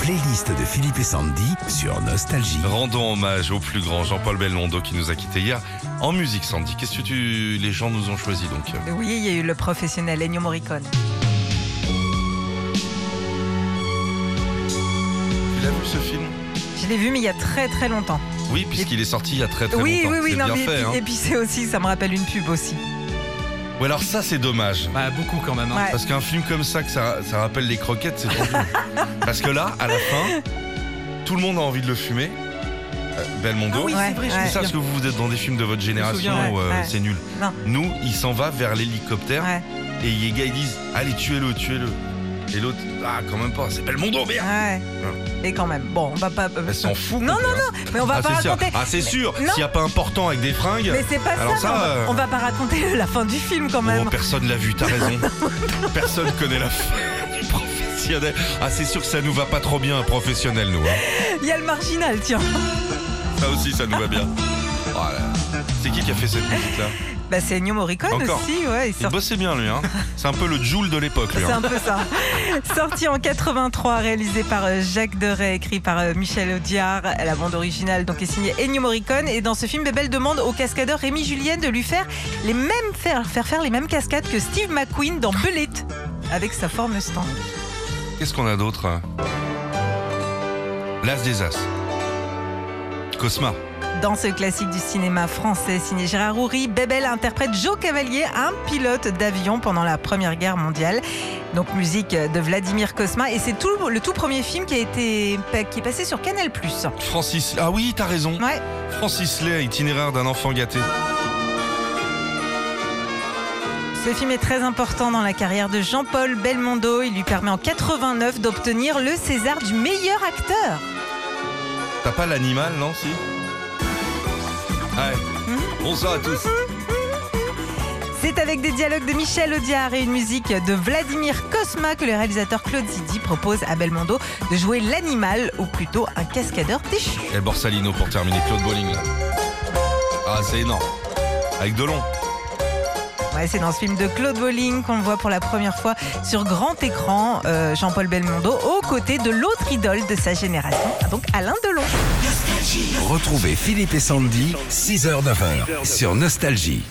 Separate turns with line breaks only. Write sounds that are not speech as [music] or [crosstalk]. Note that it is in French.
playlist de Philippe et Sandy sur Nostalgie.
Rendons hommage au plus grand Jean-Paul Belmondo qui nous a quitté hier en musique, Sandy. Qu'est-ce que tu... les gens nous ont choisi donc euh,
Oui, il y a eu le professionnel Ennio Morricone.
Tu l'as vu ce film
Je l'ai vu, mais il y a très très longtemps.
Oui, puisqu'il est sorti il y a très très
oui,
longtemps.
oui, oui,
C'est
non,
bien
mais et
fait.
puis-
hein.
et puis c'est aussi, ça me rappelle une pub aussi.
Ou alors ça, c'est dommage.
Bah, beaucoup quand même. hein.
Ouais.
Parce qu'un film comme ça, que ça, ça rappelle les croquettes, c'est dangereux.
[laughs]
Parce que là, à la fin, tout le monde a envie de le fumer. Euh, Belmondo.
Ah oui,
Ouais,
c'est vrai, je
ouais.
C'est
me
ça, parce
souviens.
que vous, vous êtes dans des films de votre génération,
souviens,
ouais,
euh,
ouais.
c'est nul.
Non.
Nous, il s'en va vers l'hélicoptère
Ouais,
et les gars ils disent Allez, tuez-le, tuez-le. Et l'autre, ah, quand même pas, c'est Belmondo, merde
ouais. Et quand même, bon, on va pas.
Elle s'en fout.
Non, non,
non
[laughs] Mais on va pas
c'est sûr.
raconter.
Ah, c'est sûr,
non.
s'il n'y a pas important avec des fringues,
Mais c'est pas
Alors
ça,
ça,
mais on va-
euh,
on, va, pas raconter [laughs] la fin du film quand
oh,
même.
personne l'a vu, t'as
[laughs]
raison. personne connaît la fin du professionnel. Ah, c'est sûr que ça nous va pas trop bien, un professionnel, nous. hein.
Il y a le marginal, tiens.
Ça aussi, ça nous va bien. Voilà. C'est qui qui a fait cette musique-là
Bah, c'est Ennio Morricone
Encore.
aussi, ouais. il
Il
sort-
bossait bien, lui. Hein. C'est un peu le Joule de l'époque, lui.
C'est
hein.
un peu ça. [laughs] Sorti en 83, réalisé par euh, Jacques Deray, écrit par euh, Michel Audiard. La bande originale donc est signée Ennio Morricone. Et dans ce film, Bebel demande au cascadeur Rémi Julien de lui faire les mêmes faire, faire faire les mêmes cascades que Steve McQueen dans Bullet avec sa forme stand.
Qu'est-ce qu'on a d'autre hein L'As des As. Cosma.
Dans ce classique du cinéma français signé Gérard Houry, Bebel interprète Joe Cavalier, un pilote d'avion pendant la Première Guerre mondiale. Donc musique de Vladimir Cosma et c'est tout le tout premier film qui a été qui est passé sur Canal+.
Francis. Ah oui, t'as raison.
Ouais.
Francis Lay, itinéraire d'un enfant gâté.
Ce film est très important dans la carrière de Jean-Paul Belmondo. Il lui permet en 89 d'obtenir le César du meilleur acteur.
T'as pas l'animal, non Si Ouais.
Hmm
Bonsoir à tous.
C'est avec des dialogues de Michel Audiard et une musique de Vladimir Cosma que le réalisateur Claude Zidi propose à Belmondo de jouer l'animal ou plutôt un cascadeur déchu.
Et Borsalino pour terminer. Claude Bolling, là. Ah, c'est énorme. Avec Delon.
Ouais, c'est dans ce film de Claude Bolling qu'on le voit pour la première fois sur grand écran euh, Jean-Paul Belmondo aux côtés de l'autre idole de sa génération, donc Alain Delon.
Retrouvez Philippe et Sandy, 6h-9h sur Nostalgie.